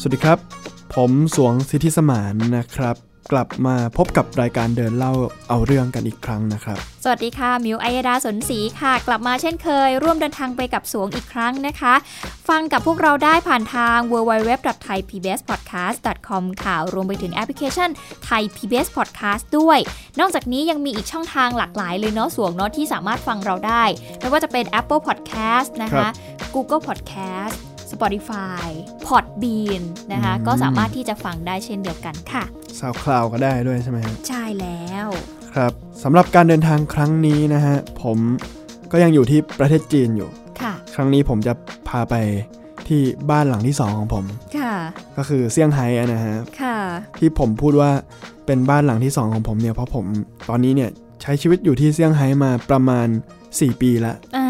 สวัสดีครับ ผมสวงสิทธิสมานนะครับ กลับมาพบกับรายการเดินเล่าเอาเรื่องกันอีกครั้งนะครับ สวัสดีค่ะ มิวอัยดาสนศรีค่ะ กลับมาเช่นเคย ร่วมเดินทางไปกับสวงอีกครั้งนะคะ ฟังกับพวกเราได้ผ่านทาง www.thaipbspodcast.com ค่ะ รวมไปถึงแอปพลิเคชัน Thai PBS Podcast ด้วย นอกจากนี้ยังมีอีกช่องทางหลากหลายเลยเนาะสวงเนาะที่สามารถฟังเราได้ ไม่ว่าจะเป็น Apple Podcast นะ ครั คะ บ Google Podcast Spotify Podbean นะคะ ก็สามารถที่จะฟังได้เช่นเดียวกันค่ะ สาวคลาวก็ได้ด้วยใช่ไหมฮะ ใช่แล้ว ครับสำหรับการเดินทางครั้งนี้นะฮะ ผมก็ยังอยู่ที่ประเทศจีนอยู่ ค่ะ ครั้งนี้ผมจะพาไปที่บ้านหลังที่สองของผม ค่ะ ก็คือเซี่ยงไฮ้อะนะฮะ ค่ะ ที่ผมพูดว่าเป็นบ้านหลังที่สองของผมเนี่ยเพราะผมตอนนี้เนี่ยใช้ชีวิตอยู่ที่เซี่ยงไฮ้มาประมาณ 4 ปีละ อ่า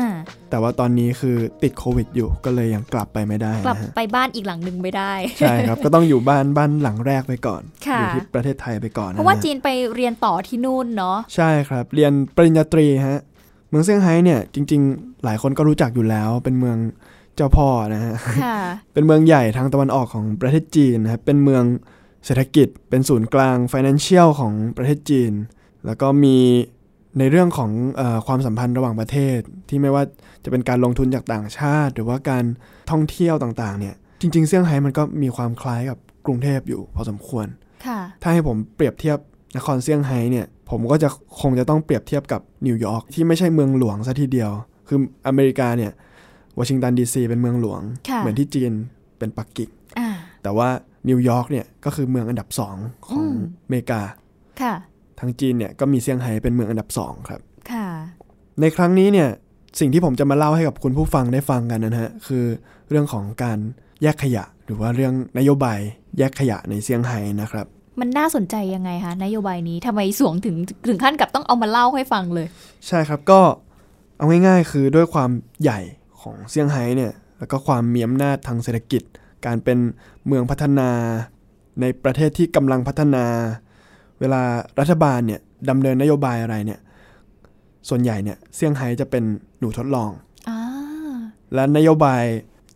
แต่ว่าตอนนี้คือติดโควิดอยู่ก็เลยยังกลับไปไม่ได้ กลับ นะฮะ ไปบ้านอีกหลังหนึ่งไม่ได้ ใช่ครับ ก็ต้องอยู่บ้านบ้านหลังแรกไปก่อนอค่ะยู่ที่ประเทศไทยไปก่อน เพราะว่า ฮ จีนไปเรียนต่อที่นู่นเนาะ ใช่ครับ เรียนปริญญาตรีฮะ เมืองเซี่ยงไฮ้เนี่ยจริง ๆ หลายคนก็รู้จักอยู่แล้ว เป็นเมืองเจ้าพ่อนะฮะ ค่ะ เป็นเมืองใหญ่ทางตะวันออกของประเทศจีนนะครับ เป็นเมืองเศรษฐกิจ เป็นศูนย์กลาง financial ของประเทศจีน แล้วก็มีในเรื่องของเออความสัมพันธ์ระหว่างประเทศ ที่ไม่ว่าจะเป็นการลงทุนจากต่างชาติ หรือว่าการท่องเที่ยวต่างๆ เนี่ย จริง ๆ เซี่ยงไฮ้มันก็มีความคล้ายกับกรุงเทพอยู่พอสมควร ค่ะ ถ้าให้ผมเปรียบเทียบนครเซี่ยงไฮ้เนี่ยผมก็จะคงจะต้องเปรียบเทียบกับนิวยอร์กที่ไม่ใช่เมืองหลวงซะทีเดียว คืออเมริกาเนี่ยวอชิงตันดีซีเป็นเมืองหลวง ค่ะ เหมือนที่จีนเป็นปักกิ่ง อ่า แต่ว่านิวยอร์กเนี่ยก็คือเมืองอันดับ 2 ของ อืม อเมริกา ค่ะ ทางจีนเนี่ยก็มีเซี่ยงไฮ้เป็นเมืองอันดับ 2 ครับ ค่ะ ในครั้งนี้เนี่ยสิ่งที่ผมจะมาเล่าให้กับคุณผู้ฟังได้ฟังกันนะฮะคือเรื่องของการแยกขยะ หรือว่าเรื่องนโยบายแยกขยะในเซี่ยงไฮ้นะครับ มันน่าสนใจยังไงคะนโยบายนี้ทำไมสวงถึงถึงขั้นกับต้องเอามาเล่าให้ฟังเลย ใช่ครับก็เอาง่ายๆ คือด้วยความใหญ่ของเซี่ยงไฮ้เนี่ยแล้วก็ความมีอำนาจทางเศรษฐกิจ การเป็นเมืองพัฒนา ในประเทศที่กำลังพัฒนา เวลารัฐบาลเนี่ยดำเนินนโยบายอะไรเนี่ยส่วนใหญ่เนี่ยเซี่ยงไฮ้จะเป็นหนูทดลอง อ่า และนโยบาย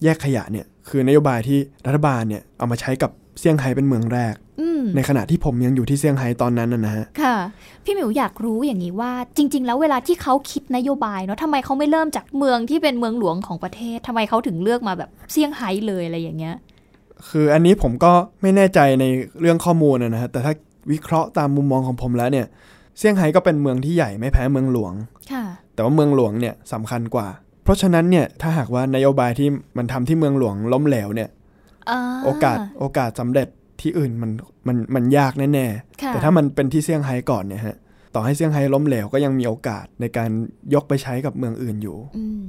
แยกขยะเนี่ยคือนโยบายที่รัฐบาลเนี่ยเอามาใช้กับเซี่ยงไฮ้เป็นเมืองแรก อืม ในขณะที่ผมยังอยู่ที่เซี่ยงไฮ้ตอนนั้นนะนะฮะ ค่ะ พี่หมิวอยากรู้อย่างนี้ว่า จริง ๆ แล้วเวลาที่เขาคิดนโยบายเนาะทำไมเขาไม่เริ่มจากเมืองที่เป็นเมืองหลวงของประเทศทำไมเขาถึงเลือกมาแบบเซี่ยงไฮ้เลยอะไรอย่างเงี้ย คืออันนี้ผมก็ไม่แน่ใจในเรื่องข้อมูลนะฮะแต่ถ้าวิเคราะห์ตามมุมมองของผมแล้วเนี่ยเซี่ยงไฮ้ก็เป็นเมืองที่ใหญ่ไม่แพ้เมืองหลวง ค่ะ แต่ว่าเมืองหลวงเนี่ยสำคัญกว่า เพราะฉะนั้นเนี่ยถ้าหากว่านโยบายที่มันทำที่เมืองหลวงล้มเหลวเนี่ยโอกาสโอกาสสำเร็จที่อื่นมันมันมันยากแน่ๆ ค่ะ แต่ถ้ามันเป็นที่เซี่ยงไฮ้ก่อนเนี่ยฮะต่อให้เซี่ยงไฮ้ล้มเหลวก็ยังมีโอกาสในการยกไปใช้กับเมืองอื่นอยู่ อืม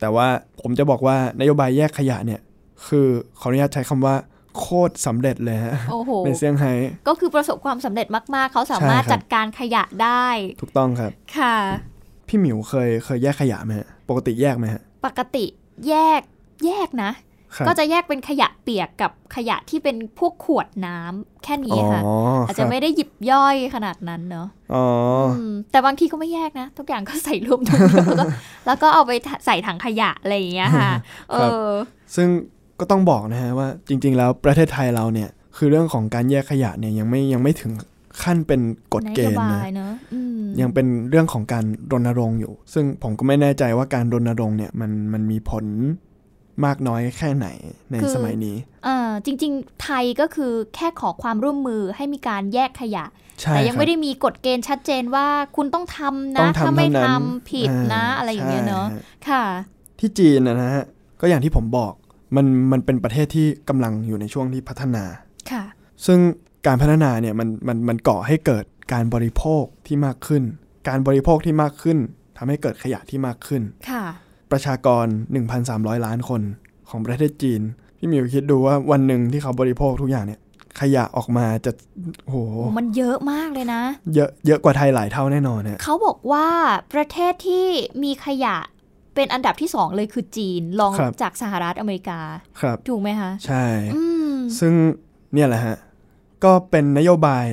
แต่ว่าผมจะบอกว่านโยบายแยกขยะเนี่ยคือขออนุญาตใช้คำว่าโคตรสำเร็จเลยฮะ โอ้โห ในเซี่ยงไฮ้ ก็คือประสบความสำเร็จมาก ๆ เขาสามารถ ใช่ครับ จัดการขยะได้ ถูกต้องครับ ค่ะ พี่หมิวเคยเคยแยกขยะไหมฮะปกติแยกไหมฮะ ปกติแยกแยกนะ ครับ ก็จะแยกเป็นขยะเปียกกับขยะที่เป็นพวกขวดน้ำแค่นี้ อ๋อ ค่ะ อา อาจจะไม่ได้หยิบย่อยขนาดนั้นเนาะ อ๋อ มแต่บางทีก็ไม่แยกนะ ทุกอย่างก็ใส่รวมถุงเดียวแล้วก็ แล้วก็เอาไปใส่ถังขยะอะไรอย่างเงี้ยค่ะ เออ ซึ่งก็ต้องบอกนะฮะว่าจริง ๆ แล้วประเทศไทยเราเนี่ยคือเรื่องของการแยกขยะเนี่ยยังไม่ยังไม่ถึงขั้นเป็นกฎเกณฑ์ นโย นะ บายเนอะอืม ยังเป็นเรื่องของการรณรงค์อยู่ ซึ่งผมก็ไม่แน่ใจว่าการรณรงค์เนี่ยมันมันมีผลมากน้อยแค่ไหนในสมัยนี้ เออจริง ๆ ไทยก็คือแค่ขอความร่วมมือให้มีการแยกขยะ ใช่ แต่ยัง ครับ ไม่ได้มีกฎเกณฑ์ชัดเจนว่าคุณต้องทำนะ ต้องทำ ถ้าไม่ เท่านั้น ทำผิดนะ อ่า อะไรอย่างเงี้ยเนาะ ใช่ฮะ ค่ะ ที่จีนนะฮะก็อย่างที่ผมบอกมันมันเป็นประเทศที่กำลังอยู่ในช่วงที่พัฒนา ค่ะ ซึ่งการพัฒนาเนี่ยมันมันมันก่อให้เกิดการบริโภคที่มากขึ้น การบริโภคที่มากขึ้นทำให้เกิดขยะที่มากขึ้น ค่ะ ประชากร 1,300 ล้านคนของประเทศจีน พี่หมิวคิดดูว่าวันหนึ่งที่เขาบริโภคทุกอย่างเนี่ย ขยะออกมาจะโอ้โห โอ้มันเยอะมากเลยนะ เยอะเยอะกว่าไทยหลายเท่าแน่นอนฮะ เขาบอกว่าประเทศที่มีขยะเป็นอันดับที่สองเลยคือจีนรองจากสหรัฐอเมริกา ครับ ถูกไหมคะ ใช่ อืม ซึ่งเนี่ยแหละฮะ ก็เป็นนโยบาย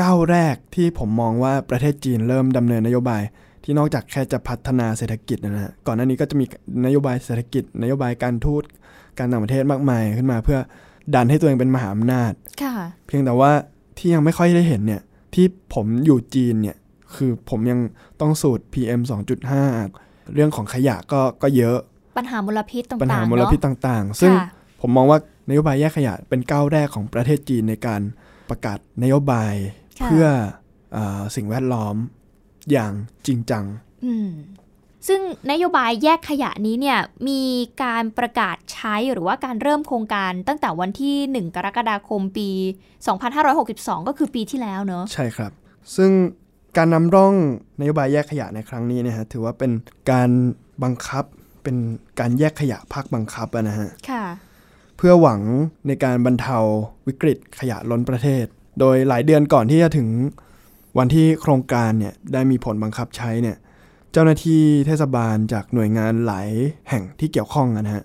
ก้าวแรกที่ผมมองว่าประเทศจีนเริ่มดำเนินนโยบาย ที่นอกจากแค่จะพัฒนาเศรษฐกิจนะฮะก่อนหน้านี้ก็จะมีนโยบายเศรษฐกิจ นโยบายการทูตการต่างประเทศมากมายขึ้นมาเพื่อดันให้ตัวเองเป็นมหาอำนาจ ค่ะ เพียงแต่ว่าที่ยังไม่ค่อยได้เห็นเนี่ยที่ผมอยู่จีนเนี่ยคือผมยังต้องสูตร PM 2.5 เรื่องของขยะก็ก็เยอะ ปัญหามลพิษต่างๆ ปัญหามล เนอะ พิษต่างๆ ซึ่ง ค่ะ ผมมองว่านโยบายแยกขยะเป็นก้าวแรกของประเทศจีนในการประกาศนโยบาย ค่ะ เพื่อเออสิ่งแวดล้อมอย่างจริงจัง อืมซึ่งนโยบายแยกขยะนี้เนี่ยมีการประกาศใช้หรือว่าการเริ่มโครงการตั้งแต่วันที่ 1 กรกฎาคมปี 2562 ก็คือปีที่แล้วเนอะ ใช่ครับ ซึ่งการนำร่องนโยบายแยกขยะในครั้งนี้เนะฮะถือว่าเป็นการบังคับเป็นการแยกขยะภาคบังคับอะนะฮะ ค่ะ เพื่อหวังในการบรรเทาวิกฤตขยะล้นประเทศ โดยหลายเดือนก่อนที่จะถึงวันที่โครงการเนี่ยได้มีผลบังคับใช้เนี่ยเจ้าหน้าที่เทศบาลจากหน่วยงานหลายแห่งที่เกี่ยวข้องนะฮะ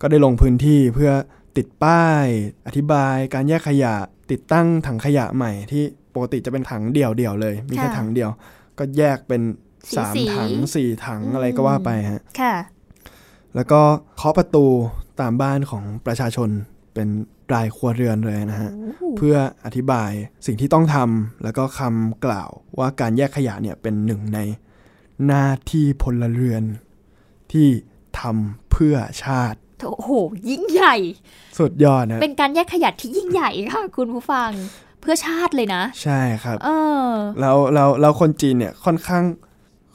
ก็ได้ลงพื้นที่เพื่อติดป้าย อธิบายการแยกขยะติดตั้งถังขยะใหม่ที่ปกติจะเป็นถังเดี่ยวๆเลย มีแค่ ค่ะ ถังเดียว ก็แยกเป็นสาม สีๆ ถังสี่ถังอะไร อืม ก็ว่าไปฮะ ค่ะ แล้วก็เคาะประตูตามบ้านของประชาชนเป็นรายครัวเรือนเลยนะฮะ เพื่ออธิบายสิ่งที่ต้องทำแล้วก็คำกล่าวว่าการแยกขยะเนี่ยเป็นหนึ่งในหน้าที่พลเรือนที่ทำเพื่อชาติ โอ้โห ยิ่งใหญ่ สุดยอดนะ เป็นการแยกขยะที่ยิ่งใหญ่ค่ะ คุณผู้ฟังเพื่อชาติเลยนะ ใช่ครับ เออ แล้วเราเราคนจีนเนี่ยค่อนข้าง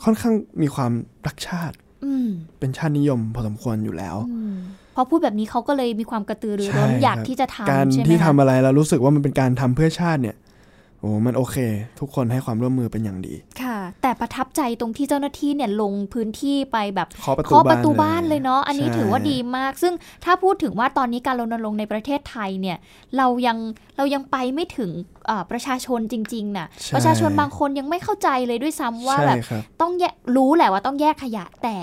ค่อนข้างมีความรักชาติ อืม เป็นชาตินิยมพอสมควรอยู่แล้ว อืมพอพูดแบบนี้เขาก็เลยมีความกระตือรือร้น ใช่ อยาก ครับ ที่จะ การ ทำใช่ไหม ที่ทำ คะ อะไรแล้วรู้สึกว่ามันเป็นการทำเพื่อชาติเนี่ยโอ้มันโอเค ทุกคนให้ความร่วมมือเป็นอย่างดี ค่ะ แต่ประทับใจตรงที่เจ้าหน้าที่เนี่ยลงพื้นที่ไปแบบ เคาะประตู เคาะป บ้าน ระตูบ้านเลยเนาะ อันนี้ ใช่ ถือว่าดีมาก ซึ่งถ้าพูดถึงว่าตอนนี้การรณรงค์ในประเทศไทยเนี่ย เรายังเรายังไปไม่ถึงเอ่อประชาชนจริงๆน่ะ ใ ประชาชนบางคนยังไม่เข้าใจเลยด้วยซ้ำว่า ใช่ แบบ ครับ ต้องแยกรู้แหละว่าต้องแยกขยะแต่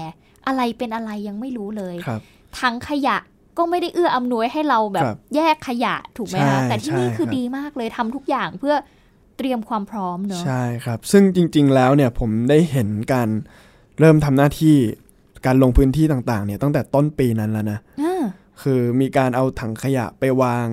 อะไรเป็นอะไรยังไม่รู้เลย ครับ ทั้งขยะก็ไม่ได้เอื้ออำนวยให้เราแบบ ครับ แยกขยะถูกไหมคะ ใช่ แต่ที่นี่ ใช่ คือ ครับ ดีมากเลยทำทุกอย่างเพื่อเตรียมความพร้อมเนอะ ใช่ครับ ซึ่งจริง ๆ แล้วเนี่ยผมได้เห็นการเริ่มทำหน้าที่การลงพื้นที่ต่างๆเนี่ยตั้งแต่ต้นปีนั้นแล้วนะ อ่า คือมีการเอาถังขยะไปวาง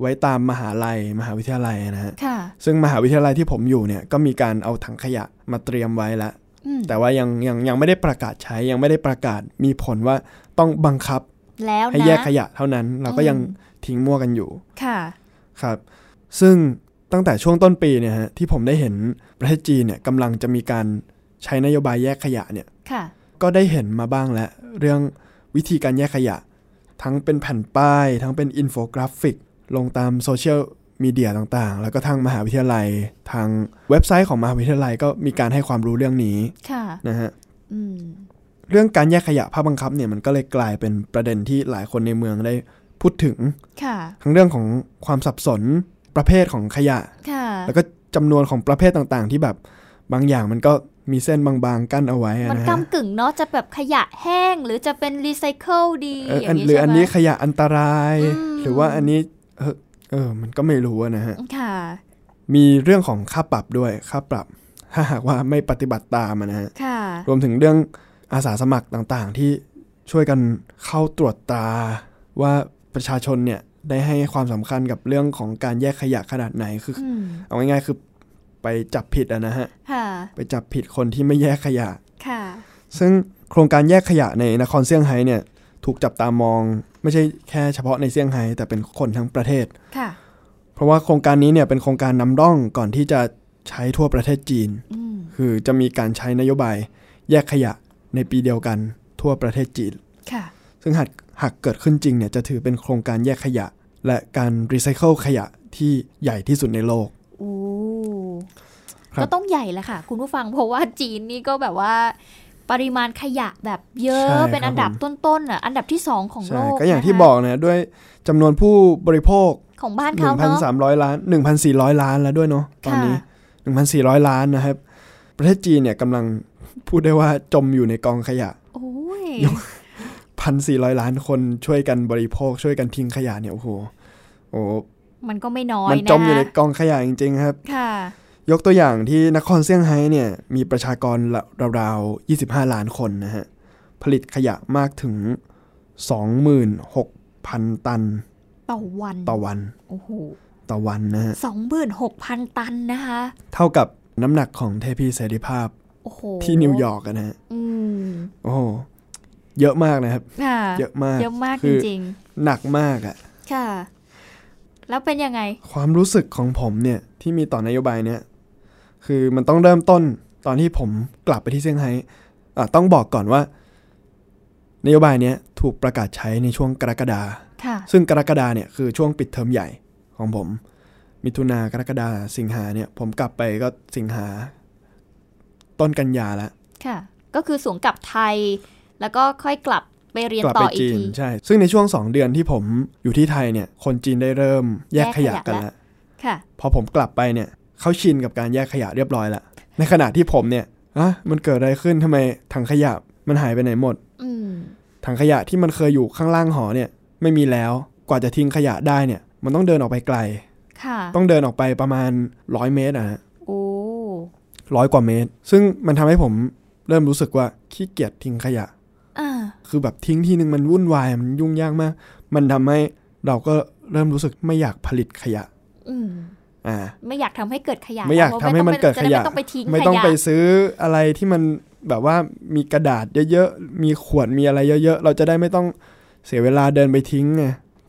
ไว้ตามมหาลัย มหาวิทยาลัยนะฮะ ค่ะ ซึ่งมหาวิทยาลัยที่ผมอยู่เนี่ยก็มีการเอาถังขยะมาเตรียมไว้แล้ว อืม แต่ว่ายังยังยังไม่ได้ประกาศใช้ยังไม่ได้ประกาศมีผลว่าต้องบังคับ แล้วนะ ให้แยกขยะเท่านั้น เราก็ อืม ยังทิ้งมั่วกันอยู่ ค่ะ ครับ ซึ่งตั้งแต่ช่วงต้นปีเนี่ยฮะที่ผมได้เห็นประเทศจีนเนี่ยกำลังจะมีการใช้นโยบายแยกขยะเนี่ย ค่ะ ก็ได้เห็นมาบ้างแล้วเรื่องวิธีการแยกขยะ ทั้งเป็นแผ่นป้าย ทั้งเป็นอินโฟกราฟิก ลงตามโซเชียลมีเดียต่างๆ แล้วก็ทางมหาวิทยาลัย ทางเว็บไซต์ของมหาวิทยาลัยก็มีการให้ความรู้เรื่องนี้ ค่ะ นะฮะ อืม เรื่องการแยกขยะภาพบังคับเนี่ยมันก็เลยกลายเป็นประเด็นที่หลายคนในเมืองได้พูดถึง ค่ะ ทั้งเรื่องของความสับสนประเภทของขยะ ค่ะ แล้วก็จำนวนของประเภทต่างๆ ที่แบบบางอย่างมันก็มีเส้นบางๆกั้นเอาไว้อะ มัน นะฮะ กำกึ่งเนาะ จะแบบขยะแห้ง หรือจะเป็นรีไซเคิลดี เออ อ อั ย่าน งนี้ หรือ ใช่ อัน ไหม นี้ขยะอันตราย อืม หรือว่าอันนี้เออเออมันก็ไม่รู้อะนะฮะ ค่ะ มีเรื่องของค่าปรับด้วยค่าปรับ ถ้าหากว่าไม่ปฏิบัติตามอะนะฮะ ค่ะ รวมถึงเรื่องอาสาสมัครต่างๆ ที่ช่วยกันเข้าตรวจตราว่าประชาชนเนี่ยได้ให้ความสำคัญกับเรื่องของการแยกขยะขนาดไหนคืออ อืม เอาง่ายๆคือไปจับผิดอะนะฮะ ค่ะ ไปจับผิดคนที่ไม่แยกขยะ ค่ะ ซึ่งโครงการแยกขยะในนครเซี่ยงไฮ้เนี่ยถูกจับตามอง ไม่ใช่แค่เฉพาะในเซี่ยงไฮ้แต่เป็นคนทั้งประเทศ ค่ะ เพราะว่าโครงการนี้เนี่ยเป็นโครงการนำร่องก่อนที่จะใช้ทั่วประเทศจีน อืม คือจะมีการใช้นโยบายแยกขยะในปีเดียวกันทั่วประเทศจีน ค่ะ ซึ่งหากหากเกิดขึ้นจริงเนี่ยจะถือเป็นโครงการแยกขยะ และการรีไซเคิลขยะที่ใหญ่ที่สุดในโลก โอ้ ครับ ก็ต้องใหญ่แหละค่ะ คุณผู้ฟัง เพราะว่าจีนนี่ก็แบบว่า ปริมาณขยะแบบเยอะ เป็นอันดับต้นๆอ่ะ อันดับที่สองของโล ใช่ ก ก็อย่าง นะคะ ที่บอกนะด้วยจำนวนผู้บริโภค ของบ้าน หนึ่ เขา งพัน เนาะ สามร้อยล้านหนึ่งพันสี่ร้อยล้านแล้วด้วยเนาะตอน ค่ะ นี้หนึ่งพันสี่ร้อยล้านนะครับ ประเทศจีนเนี่ยกำลังพูดได้ว่าจมอยู่ในกองขยะ โอ้ย พันสี่ร้อยล้านคนช่วยกันบริโภค ช่วยกันทิ้งขยะเนี่ยโอ้โหโอ้โห มันก็ไม่น้อย มัน นะ จมอยู่ในกองขยะจริงๆครับ ค่ะ ยกตัวอย่างที่นครเซี่ยงไฮ้เนี่ยมีประชากรราวๆ 25 ล้านคนนะฮะ ผลิตขยะมากถึง 26,000 ตัน ต่อวัน ต่อวัน โอ้โห ต่อวันนะฮะ สองหมื่นหกพันตันนะคะ เท่ากับน้ำหนักของเทพีเสรีภาพ โอ้โห ที่นิวยอร์กอะนะฮะ อืม โอ้โห เยอะมากนะครับ ค่ะ เยอะมาก เยอะมากจ คือ ริง หนักมากอะ ๆ ค่ะ แล้วเป็นยังไง ความรู้สึกของผมเนี่ยที่มีต่อนโยบายเนี่ยคือมันต้องเริ่มต้นตอนที่ผมกลับไปที่เซี่ยงไฮ้อ่ะต้องบอกก่อนว่า นโยบายเนี้ยถูกประกาศใช้ในช่วงกรกฎา ค่ะ ซึ่งกรกฎาเนี่ยคือช่วงปิดเทอมใหญ่ของผม มิถุนากรกฎาสิงหาเนี่ย ผมกลับไปก็สิงหา ต้นกันยาละ ค่ะ ก็คือสวงกลับไทย แล้วก็ค่อยกลับไปเรียน กลั ต่ ไป ออีก จีน ที ใช่ ซึ่งในช่วงสอง2เดือนที่ผมอยู่ที่ไทยเนี่ย คนจีนได้เริ่มแยกขยะกัน แยกขยะละ ละ ค่ะ พอผมกลับไปเนี่ยเขาชินกับการแยกขยะเรียบร้อยละในขณะที่ผมเนี่ยอ่ะมันเกิดอะไรขึ้นทำไมถังขยะมันหายไปไหนหมด อืม ถังขยะที่มันเคยอยู่ข้างล่างหอเนี่ย ไม่มีแล้วกว่าจะทิ้งขยะได้เนี่ย มันต้องเดินออกไปไกล ค่ะ ต้องเดินออกไปประมาณร้อยเมตรอะฮะ โอ้ ร้อยกว่าเมตร ซึ่งมันทำให้ผมเริ่มรู้สึกว่าขี้เกียจทิ้งขยะ อ่า คือแบบทิ้งทีนึงมันวุ่นวาย มันยุ่งยากมาก มันทำให้เราก็เริ่มรู้สึกไม่อยากผลิตขยะ อืม อ่า ไม่อยากทำให้เกิดขยะ ไม่อยาก แล้ว ทำให้มันเกิดขยะ จได้ไม่ต้องไปทิ้ง ไม่ ข ต้อง ยะ ไปซื้ออะไรที่มันแบบว่ามีกระดาษเยอะๆ มีขวด มีอะไรเยอะๆ เราจะได้ไม่ต้องเสียเวลาเดินไปทิ้งไง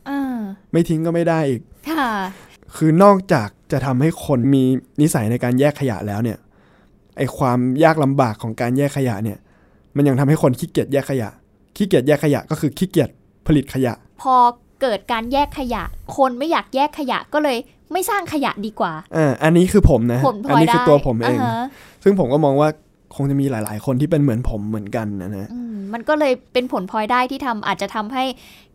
อ่า ไม่ทิ้งก็ไม่ได้อีก ค่ะ คือนอกจากจะทำให้คนมีนิสัยในการแยกขยะแล้วเนี่ย ไอความยากลำบากของการแยกขยะเนี่ย มันยังทำให้คนขี้เกียจแยกขยะ ขี้เกียจแยกขยะก็คือขี้เกียจผลิตขยะ พอเกิดการแยกขยะ คนไม่อยากแยกขยะก็เลยไม่สร้างขยะดีกว่า อ่า อันนี้คือผมนะ ผมพ อั ลอย นี้ ได้ คืตัวผมเอา ง ฮะ ซึ่งผมก็มองว่าคงจะมีหลาย ๆ คนที่เป็นเหมือนผมเหมือนกันนะนะ อืมมันก็เลยเป็นผลพลอยได้ที่ทำอาจจะทำให้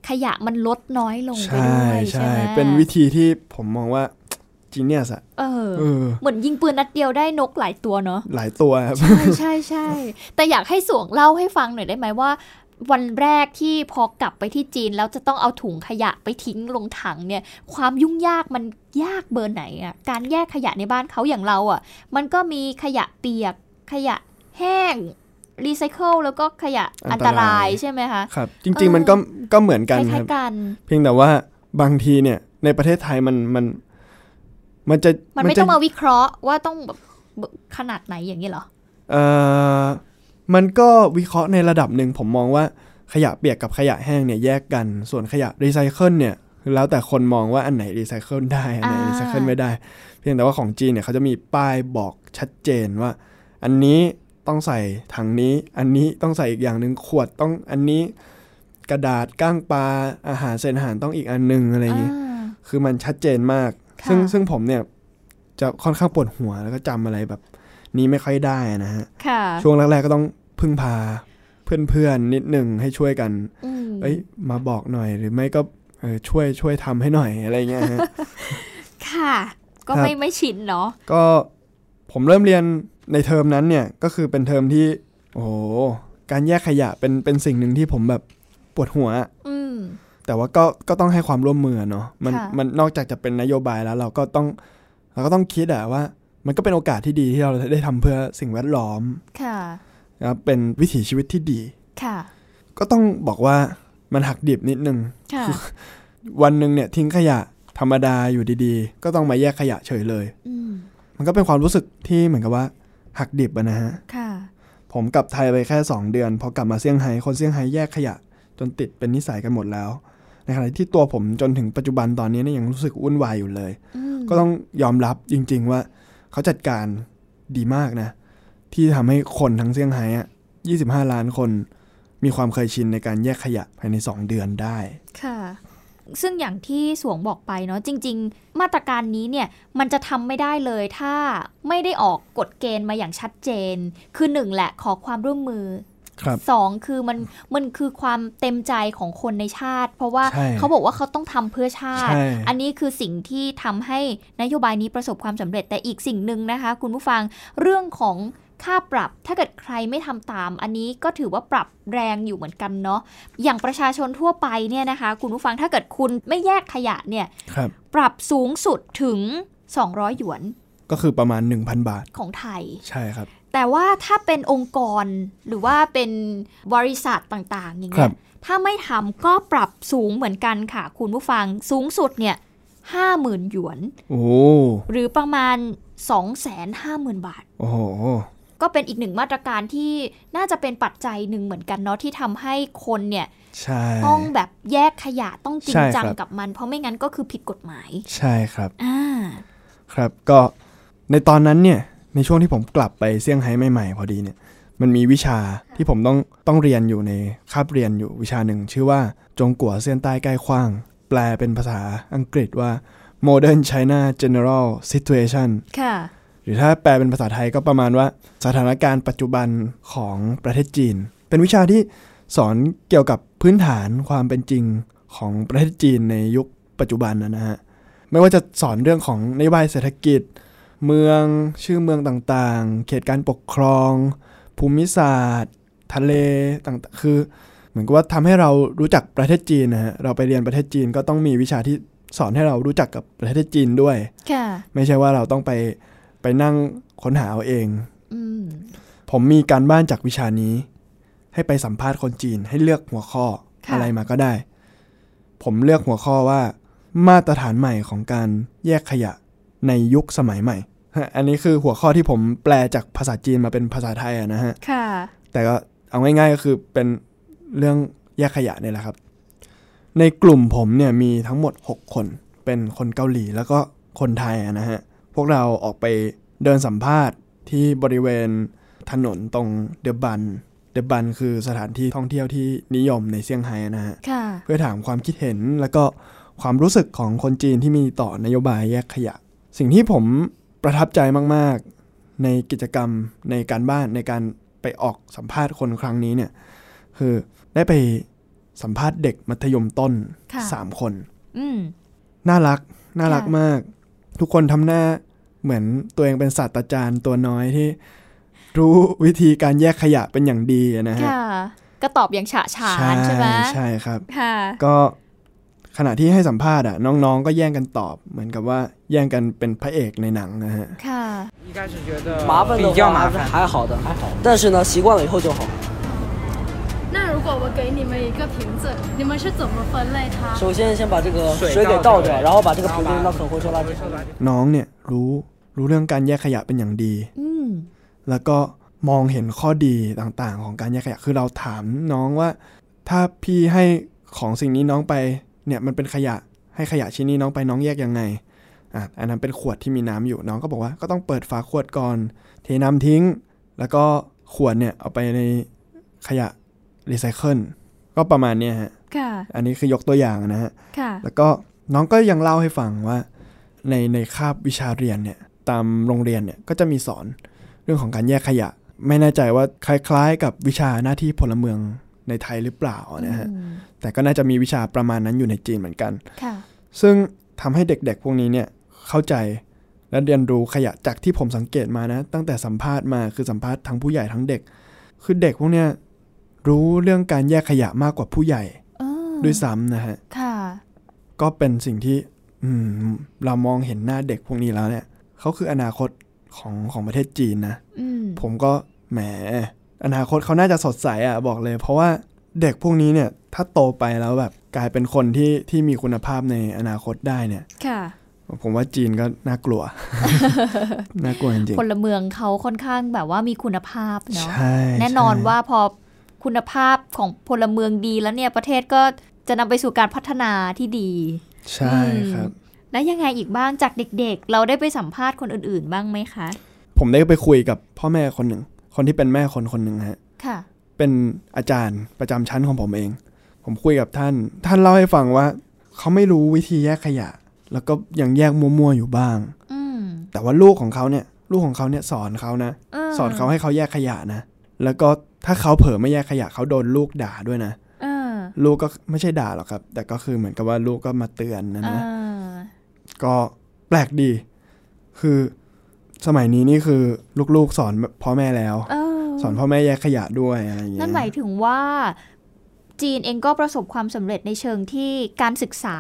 ขยะมันลดน้อยลงไป ใช่ ด้วย ใช่ ใช่ไหม เป็นวิธีที่ผมมองว่าจีเนียสอะ เออ เออ เหมือนยิงปืนนัดเดียวได้นกหลายตัวเนาะ หลายตัวครับ ใช่ใช่ใช่ แต่อยากให้สวงเล่าให้ฟังหน่อยได้ไหมว่า วันแรกที่พอกลับไปที่จีนแล้วจะต้องเอาถุงขยะไปทิ้งลงถังเนี่ย ความยุ่งยากมันยากเบอร์ไหนอะการแยกขยะในบ้านเขาอย่างเราอะมันก็มีขยะเปียก ขยะแห้งรีไซเคิลแล้วก็ขยะ อั อัน น ต ต ราร าย ย ใช่ไหมคะ ครับ จริง ๆ มันก็ก็เหมือน ค กันครัล้าย บ ๆกัน เพียงแต่ว่าบางทีเนี่ยในประเทศไทยมันมันมันจะ มันไม่ จะ ต้องมาวิเคราะห์ว่าต้องแบบขนาดไหนอย่างนี้เหรอ เอ่อมันก็วิเคราะห์ในระดับหนึ่งผมมองว่าขยะเปียกกับขยะแห้งเนี่ยแยกกัน ส่วนขยะรีไซเคิลเนี่ยแล้วแต่คนมองว่าอันไหนรีไซเคิลได้อันไหน อ่า รีไซเคิลไม่ได้ เพียงแต่ว่าของจีนเนี่ยเขาจะมีป้ายบอกชัดเจนว่า อันนี้ต้องใส่ถังนี้ อันนี้ต้องใส่อีกอย่างหนึ่งขวดต้องอันนี้กระดาษก้างปลาอาหารเศษอาหารต้องอีกอันหนึงอะไรอย่างนี้ อ่า คือมันชัดเจนมาก ค่ะ ซึ่งซึ่งผมเนี่ยจะค่อนข้างปวดหัวแล้วก็จำอะไรแบบ นี้ไม่ค่อยได้นะฮะ ค่ะ ช่วงแรกๆก็ต้องพึ่งพาเพื่อนๆนิดหนึ่งให้ช่วยกัน อืม เอ้ยมาบอกหน่อยหรือไม่ก็เออช่วยช่วยทำให้หน่อยอะไรเงี้ยฮะ ค่ะ ก็ ครับ ไม่ไม่ชินเนาะ ก็ผมเริ่มเรียนในเทอมนั้นเนี่ยก็คือเป็นเทอมที่โอ้โหการแยกขยะเป็นเป็นสิ่งหนึ่งที่ผมแบบปวดหัว อืม แต่ว่าก็ก็ต้องให้ความร่วมมือเนาะมัน ค่ะ มันนอกจากจะเป็นนโยบายแล้วเราก็ต้องเราก็ต้องคิดอะว่า มันก็เป็นโอกาสที่ดีที่เราได้ทำเพื่อสิ่งแวดล้อม ค่ะ นะครับเป็นวิถีชีวิตที่ดี ค่ะ ก็ต้องบอกว่ามันหักดิบนิดนึง ค่ะ วันหนึ่งเนี่ยทิ้งขยะธรรมดาอยู่ดีๆ ก็ต้องมาแยกขยะเฉยเลย อืม มันก็เป็นความรู้สึกที่เหมือนกับว่าหักดิบอะนะฮะ ค่ะ ผมกลับไทยไปแค่ 2 เดือนพอกลับมาเซี่ยงไฮ้คนเซี่ยงไฮ้แยกขยะ จนติดเป็นนิสัยกันหมดแล้วในขณะที่ตัวผมจนถึงปัจจุบันตอนนี้เนี่ยยังรู้สึกวุ่นวายอยู่เลย อืม ก็ต้องยอมรับจริง ๆ ว่าเขาจัดการดีมากนะ ที่ทำให้คนทั้งเซี่ยงไฮ้อะ25 ล้านคน มีความเคยชินในการแยกขยะภายใน 2 เดือนได้ ค่ะ ซึ่งอย่างที่สวงบอกไปเนาะจริง ๆ มาตรการนี้เนี่ยมันจะทำไม่ได้เลยถ้าไม่ได้ออกกฎเกณฑ์มาอย่างชัดเจน คือหนึ่งแหละขอความร่วมมือ ครับ สองคือมันมันคือความเต็มใจของคนในชาติ เพราะว่า ใช่ เขาบอกว่าเขาต้องทำเพื่อชาติ ใช่ อันนี้คือสิ่งที่ทำให้นโยบายนี้ประสบความสำเร็จแต่อีกสิ่งหนึ่งนะคะ คุณผู้ฟังเรื่องของค่าปรับ ถ้าเกิดใครไม่ทำตาม อันนี้ก็ถือว่าปรับแรงอยู่เหมือนกันเนาะอย่างประชาชนทั่วไปเนี่ยนะคะ คุณผู้ฟังถ้าเกิดคุณไม่แยกขยะเนี่ย ครับ ปรับสูงสุดถึง 200 หยวน ก็คือประมาณ 1,000 บาท ของไทย ใช่ครับ แต่ว่าถ้าเป็นองค์กรหรือว่าเป็นบริษัทต่างๆ อย่าง ครั เงี้ บ ยถ้าไม่ทำก็ปรับสูงเหมือนกันค่ะ คุณผู้ฟังสูงสุดเนี่ยห้าหมื่นหยวน โอ้โห หรือประมาณ 2 5 0 0 0 0 บาท โอ้โห ก็เป็นอีกหนึ่งมาตรการที่น่าจะเป็นปัจจัยหนึ่งเหมือนกันเนาะที่ทำให้คนเนี่ย ใช่ ต้องแบบแยกขยะต้องจริงจัใช่คงรับ กับมัน เพราะไม่งั้นก็คือผิดกฎหมาย ใช่ครับ อ่า ครับ ก็ในตอนนั้นเนี่ย ในช่วงที่ผมกลับไปเซี่ยงไฮ้ใหม่ๆ พอดีเนี่ย มันมีวิชาที่ผมต้องต้องเรียนอยู่ในคาบเรียนอยู่วิชาหนึ่ง ชื่อว่าจงกัวเซียนใต้ใกล้ขว้าง แปลเป็นภาษาอังกฤษว่า modern China general situation ค่ะ หรือถ้าแปลเป็นภาษาไทยก็ประมาณว่าสถานการณ์ปัจจุบันของประเทศจีน เป็นวิชาที่สอนเกี่ยวกับพื้นฐานความเป็นจริงของประเทศจีนในยุคปัจจุบันนะนะฮะไม่ว่าจะสอนเรื่องของนโยบายเศรษฐกิจ เมืองชื่อเมืองต่างๆ เขตการปกครอง ภูมิศาสตร์ ทะเลต่างๆ คือเหมือนกับว่าทำให้เรารู้จักประเทศจีนนะฮะเราไปเรียนประเทศจีนก็ต้องมีวิชาที่สอนให้เรารู้จักกับประเทศจีนด้วย ค่ะ ไม่ใช่ว่าเราต้องไปไปนั่งค้นหาเอาเอง อืม ผมมีการบ้านจากวิชานี้ ให้ไปสัมภาษณ์คนจีนให้เลือกหัวข้ออะไรมาก็ได้ ผมเลือกหัวข้อว่า มาตรฐานใหม่ของการแยกขยะในยุคสมัยใหม่ อันนี้คือหัวข้อที่ผมแปลจากภาษาจีนมาเป็นภาษาไทยอะนะฮะ ค่ะ แต่ก็เอาง่ายๆก็คือเป็นเรื่องแยกขยะเนี่ยแหละครับ ในกลุ่มผมเนี่ยมีทั้งหมด 6 คน เป็นคนเกาหลีแล้วก็คนไทยอะนะฮะ พวกเราออกไปเดินสัมภาษณ์ที่บริเวณถนนตรงเดบัน เดบันคือสถานที่ท่องเที่ยวที่นิยมในเซี่ยงไฮ้นะฮะ ค่ะ เพื่อถามความคิดเห็นแล้วก็ความรู้สึกของคนจีนที่มีต่อนโยบายแยกขยะ สิ่งที่ผมประทับใจมาก ๆ ในกิจกรรมในการบ้านในการไปออกสัมภาษณ์คนครั้งนี้เนี่ย คือได้ไปสัมภาษณ์เด็กมัธยมต้น ค่ะ สามคน อืม น่ารัก น่ารัก ค่ะ มาก ทุกคนทำหน้าเหมือนตัวเองเป็นศาสตราจารย์ตัวน้อยที่ รู้วิธีการแยกขยะเป็นอย่างดีนะฮะ ค่ะ ก็ตอบอย่างฉะฉานใช่ไหม ใช่ครับ ค่ะ ก็ขณะที่ให้สัมภาษณ์อ่ะน้องๆ ก็แย่งกันตอบ เหมือนกับว่าแย่งกันเป็นพระเอกในหนังนะฮะ ค่ะ 一开始觉得麻烦的比较话麻还烦，还好的，还好。但是呢，习惯了以后就好。那如果我给你们一个瓶子，你们是怎么分类它？首先先把这个水水给倒倒出掉，来然后把这个然后瓶子把扔到可回收垃圾回收桶。垃圾 น้องเนี่ยรู้รู้เรื่องการแยกขยะเป็นอย่างดี อืม แล้วก็มองเห็นข้อดีต่างๆ ของการแยกขยะคือเราถามน้องว่า ถ้าพี่ให้ของสิ่งนี้น้องไปเนี่ยมันเป็นขยะให้ขยะชิ้นนี้น้องไปน้องแยกยังไงอ่ะอันนั้นเป็นขวดที่มีน้ำอยู่น้องก็บอกว่าก็ต้องเปิดฝาขวดก่อนเทน้ำทิ้ง แล้วก็ขวดเนี่ยเอาไปในขยะรีไซเคิลก็ประมาณเนี้ยฮะ ค่ะ อันนี้คือยกตัวอย่างนะฮะ ค่ะ แล้วก็น้องก็ยังเล่าให้ฟังว่า ในในคาบวิชาเรียนเนี่ยตามโรงเรียนเนี่ยก็จะมีสอนเรื่องของการแยกขยะ ไม่แน่ใจว่าคล้าย ๆ กับวิชาหน้าที่พลเมืองในไทยหรือเปล่านะฮะ อืม แต่ก็น่าจะมีวิชาประมาณนั้นอยู่ในจีนเหมือนกัน ค่ะ ซึ่งทำให้เด็กๆ พวกนี้เนี่ยเข้าใจและเรียนรู้ขยะจากที่ผมสังเกตมานะ ตั้งแต่สัมภาษณ์มาคือสัมภาษณ์ทั้งผู้ใหญ่ทั้งเด็ก คือเด็กพวกเนี้ยรู้เรื่องการแยกขยะมากกว่าผู้ใหญ่ เออ ด้วยซ้ำนะฮะ ค่ะ ก็เป็นสิ่งที่ อืม เรามองเห็นหน้าเด็กพวกนี้แล้วเนี่ยเขาคืออนาคตของของประเทศจีนนะ อืม ผมก็แหม อนาคตเขาน่าจะสดใสอะ่ะบอกเลย เพราะว่าเด็กพวกนี้เนี่ย ถ้าโตไปแล้วแบบกลายเป็นคนที่ที่มีคุณภาพในอนาคตได้เนี่ย ค่ะ ผมว่าจีนก็น่ากลัว น่ากลัวจริง พลเมืองเขาค่อนข้างแบบว่ามีคุณภาพ ๆ เนาะ ใช่ แน่นอน ใช่ ว่าพอคุณภาพของพลเมืองดีแล้วเนี่ยประเทศก็จะนำไปสู่การพัฒนาที่ดี ใช่ครับ แล้วยังไงอีกบ้างจากเด็กๆ เราได้ไปสัมภาษณ์คนอื่นๆ บ้างไหมคะ ผมได้ไปคุยกับพ่อแม่คนหนึ่ง คนที่เป็นแม่คนคนหนึ่งฮะ ค่ะ เป็นอาจารย์ประจำชั้นของผมเอง ผมคุยกับท่าน ท่านเล่าให้ฟังว่า เขาไม่รู้วิธีแยกขยะ แล้วก็ยังแยกมั่วๆอยู่บ้าง อืม แต่ว่าลูกของเขาเนี่ย ลูกของเขาเนี่ยสอนเขานะ า สอนเขาให้เขาแยกขยะนะ แล้วก็ ถ้าเขาเผลอไม่แยกขยะเขาโดนลูกด่าด้วยนะ เออ ลูกก็ไม่ใช่ด่าหรอกครับ แต่ก็คือเหมือนกับว่าลูกก็มาเตือนนะ เอ นะ อ ก็แปลกดี คือสมัยนี้นี่คือลูกๆสอนพ่อแม่แล้ว เออ สอนพ่อแม่แยกขยะด้วยอะไรอย่างเงี้ย นั่นหมายถึงว่าจีนเองก็ประสบความสำเร็จในเชิงที่การศึกษา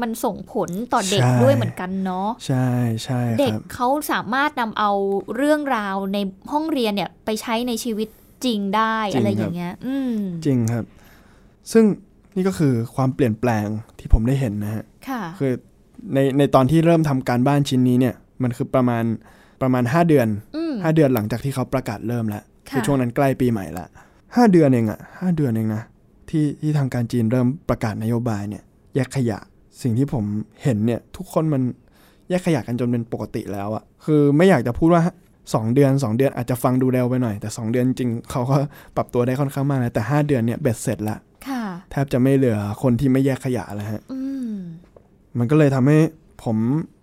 มันส่งผลต่อเด็ก ใช่ ด้วยเหมือนกันเนาะ ใช่ใช่ เด็ ค ก รับ เขาสามารถนำเอาเรื่องราวในห้องเรียนเนี่ยไปใช้ในชีวิตจริงได้ จริง อะไร ครับ อย่างเงี้ย อืม จริงครับ ซึ่งนี่ก็คือความเปลี่ยนแปลงที่ผมได้เห็นนะฮะ ค่ะ คือในในตอนที่เริ่มทำการบ้านชิ้นนี้เนี่ย มันคือประมาณประมาณ 5 เดือน อืม 5 เดือนหลังจากที่เขาประกาศเริ่มแล้ว ค่ะ ช่วงนั้นใกล้ปีใหม่ละห้าเดือนเองอะห้าเดือนเองนะที่ที่ทางการจีนเริ่มประกาศนโยบายเนี่ยแยกขยะสิ่งที่ผมเห็นเนี่ยทุกคนมันแยกขยะกันจนเป็นปกติแล้วอะคือไม่อยากจะพูดว่า 2 เดือน 2 เดือนอาจจะฟังดูเร็วไปหน่อย แต่ 2 เดือนจริงเขาก็ปรับตัวได้ค่อนข้างมากนะแต่ 5 เดือนเนี่ยเบ็ดเสร็จละ ค่ะ แทบจะไม่เหลือคนที่ไม่แยกขยะแล้วฮะ อืม มันก็เลยทำให้ผม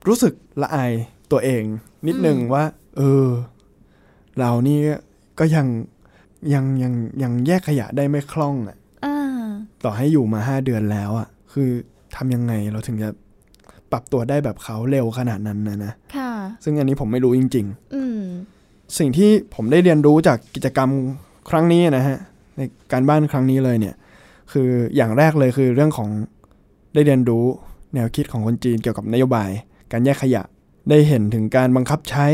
รู้สึกละอายตัวเอง นิดนึง อืม ว่า เออ เรานี่ก็ยังยังยังยังแยกขยะได้ไม่คล่องอ่ะ อ่า ต่อให้อยู่มาห้าเดือนแล้วอ่ะ คือทำยังไงเราถึงจะปรับตัวได้แบบเขาเร็วขนาดนั้นนะนะ ค่ะ ซึ่งอันนี้ผมไม่รู้จริง อืม ๆ สิ่งที่ผมได้เรียนรู้จากกิจกรรมครั้งนี้นะฮะ ในการบ้านครั้งนี้เลยเนี่ย คืออย่างแรกเลยคือเรื่องของได้เรียนรู้แนวคิดของคนจีนเกี่ยวกับนโยบาย การแยกขยะ ได้เห็นถึงการบังคับใช้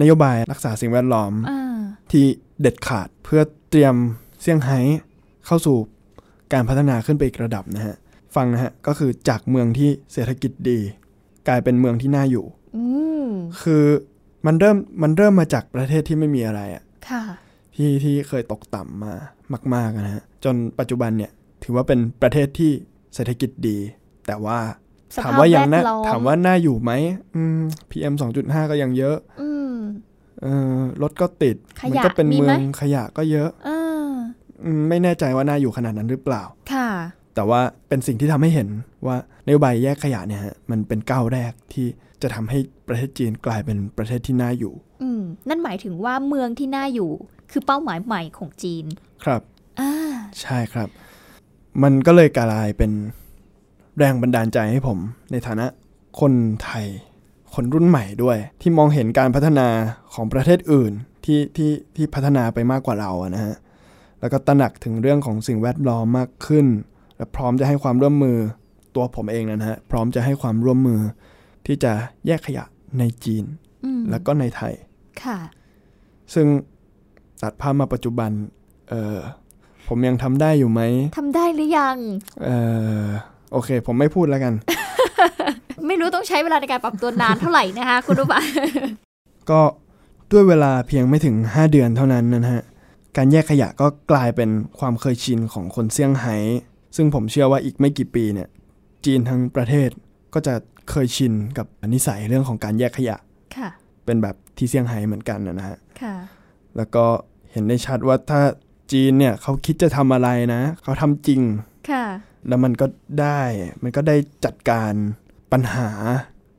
นโยบายรักษาสิ่งแวดล้อม อ่า ที่เด็ดขาดเพื่อเตรียมเซี่ยงไฮ้เข้าสู่การพัฒนาขึ้นไปอีกระดับนะฮะ ฟังนะฮะ ก็คือจากเมืองที่เศรษฐกิจดี กลายเป็นเมืองที่น่าอยู่ อืม คือมันเริ่มมันเริ่มมาจากประเทศที่ไม่มีอะไรอะ ค่ะ ที่ที่เคยตกต่ำมามากๆนะฮะจนปัจจุบันเนี่ยถือว่าเป็นประเทศที่เศรษฐกิจดี แต่ว่า สภาพ ถามว่ายังน่า แวดล้อม ถามว่าน่าอยู่ไหมอืม PM 2.5 ก็ยังเยอะ อืม เออรถก็ติด ขยะ มัก็เป็น มีไหม เมืองขยะก็เยอะ อ่า อืมไม่แน่ใจว่าน่าอยู่ขนาดนั้นหรือเปล่า ค่ะ แต่ว่าเป็นสิ่งที่ทำให้เห็นว่านโยบายแยกขยะเนี่ยฮะมันเป็นก้าวแรกที่จะทำให้ประเทศจีนกลายเป็นประเทศที่น่าอยู่ อืม นั่นหมายถึงว่าเมืองที่น่าอยู่ คือเป้าหมายใหม่ของจีน ครับ อ่า ใช่ครับ มันก็เลยกลายเป็นแรงบันดาลใจให้ผม ในฐานะคนไทย คนรุ่นใหม่ด้วย ที่มองเห็นการพัฒนาของประเทศอื่นที่ที่ที่พัฒนาไปมากกว่าเราอะนะฮะ แล้วก็ตระหนักถึงเรื่องของสิ่งแวดล้อมมากขึ้น และพร้อมจะให้ความร่วมมือตัวผมเองนะฮะ พร้อมจะให้ความร่วมมือ ที่จะแยกขยะในจีน อืม แล้วก็ในไทย ค่ะ ซึ่งตัดภาพมาปัจจุบัน เออผมยังทำได้อยู่ไหม ทำได้หรือยัง เออโอเค ผมไม่พูดแล้วกัน ไม่รู้ต้องใช้เวลาในการปรับตัวนาน เท่าไหร่นะคะ คุณรู้ปะ ก็ด้วยเวลาเพียงไม่ถึง 5 เดือนเท่านั้นนะฮะ การแยกขยะก็กลายเป็นความเคยชินของคนเซี่ยงไฮ้ซึ่งผมเชื่อว่าอีกไม่กี่ปีเนี่ย จีนทั้งประเทศก็จะเคยชินกับนิสัยเรื่องของการแยกขยะ ค่ะ เป็นแบบที่เซี่ยงไฮ้เหมือนกันนะฮะ ค่ะ แล้วก็เห็นได้ชัดว่าถ้าจีนเนี่ยเขาคิดจะทำอะไรนะ เขาทำจริง ค่ะ แล้วมันก็ได้ มันก็ได้จัดการปัญหา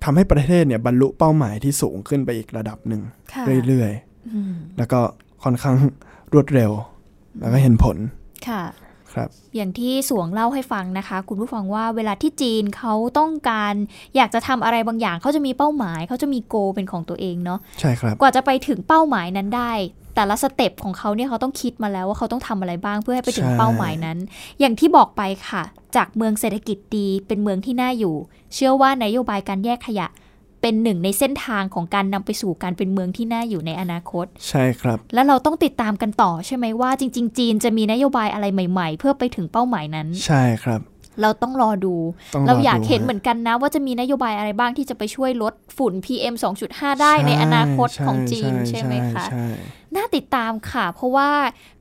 ทำให้ประเทศเนี่ยบรรลุเป้าหมายที่สูงขึ้นไปอีกระดับหนึ่ง ค่ะ เรื่อย อืม ๆ แล้วก็ค่อนข้างรวดเร็ว แล้วก็เห็นผล ค่ะ ครับ อย่างที่สวงเล่าให้ฟังนะคะ คุณผู้ฟังว่าเวลาที่จีนเขาต้องการ อยากจะทำอะไรบางอย่างเขาจะมีเป้าหมาย เขาจะมีโกเป็นของตัวเองเนาะ ใช่ครับ กว่าจะไปถึงเป้าหมายนั้นได้ แต่ละสเต็ปของเขาเนี่ยเขาต้องคิดมาแล้วว่าเขาต้องทำอะไรบ้างเพื่อให้ไปถึง ใช่ เป้าหมายนั้น อย่างที่บอกไปค่ะ จากเมืองเศรษฐกิจดีเป็นเมืองที่น่าอยู่ เชื่อว่านโยบายการแยกขยะ เป็นหนึ่งในเส้นทางของการนำไปสู่การเป็นเมืองที่น่าอยู่ในอนาคต ใช่ครับ และเราต้องติดตามกันต่อใช่ไหมว่า จริง ๆ จีนจะมีนโยบายอะไรใหม่ๆ เพื่อไปถึงเป้าหมายนั้น ใช่ครับ เราต้องรอดู ต้อง เราอยากเห็น ดูฮะ เหมือนกันนะ ว่าจะมีนโยบายอะไรบ้างที่จะไปช่วยลดฝุ่น PM 2.5 ได้ใน ช่ อนาคตของ ช่ จีนใช่ไหมคะ ใช่ น่าติดตามค่ะ เพราะว่า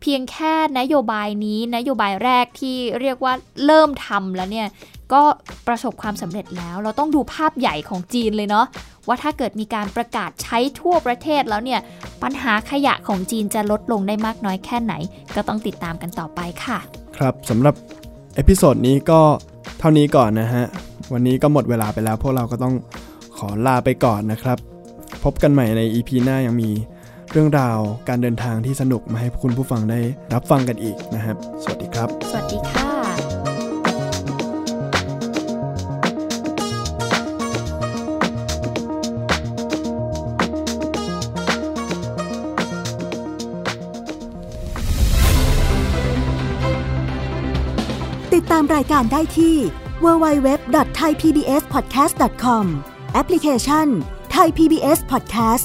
เพียงแค่นโยบายนี้นโยบายแรกที่เรียกว่าเริ่มทำแล้วเนี่ย ก็ประสบความสำเร็จแล้ว เราต้องดูภาพใหญ่ของจีนเลยเนาะว่าถ้าเกิดมีการประกาศใช้ทั่วประเทศแล้วเนี่ย ปัญหาขยะของจีนจะลดลงได้มากน้อยแค่ไหน ก็ต้องติดตามกันต่อไปค่ะ ครับสำหรับเอพิโซดนี้ก็เท่านี้ก่อนนะฮะ วันนี้ก็หมดเวลาไปแล้ว พวกเราก็ต้องขอลาไปก่อนนะครับ พบกันใหม่ใน EP หน้ายังมี เรื่องราวการเดินทางที่สนุกมาให้คุณผู้ฟังได้รับฟังกันอีกนะครับ สวัสดีครับ สวัสดีค่ะ ติดตามรายการได้ที่ www.thaipbspodcast.com แอปพลิเคชัน Thai PBS Podcast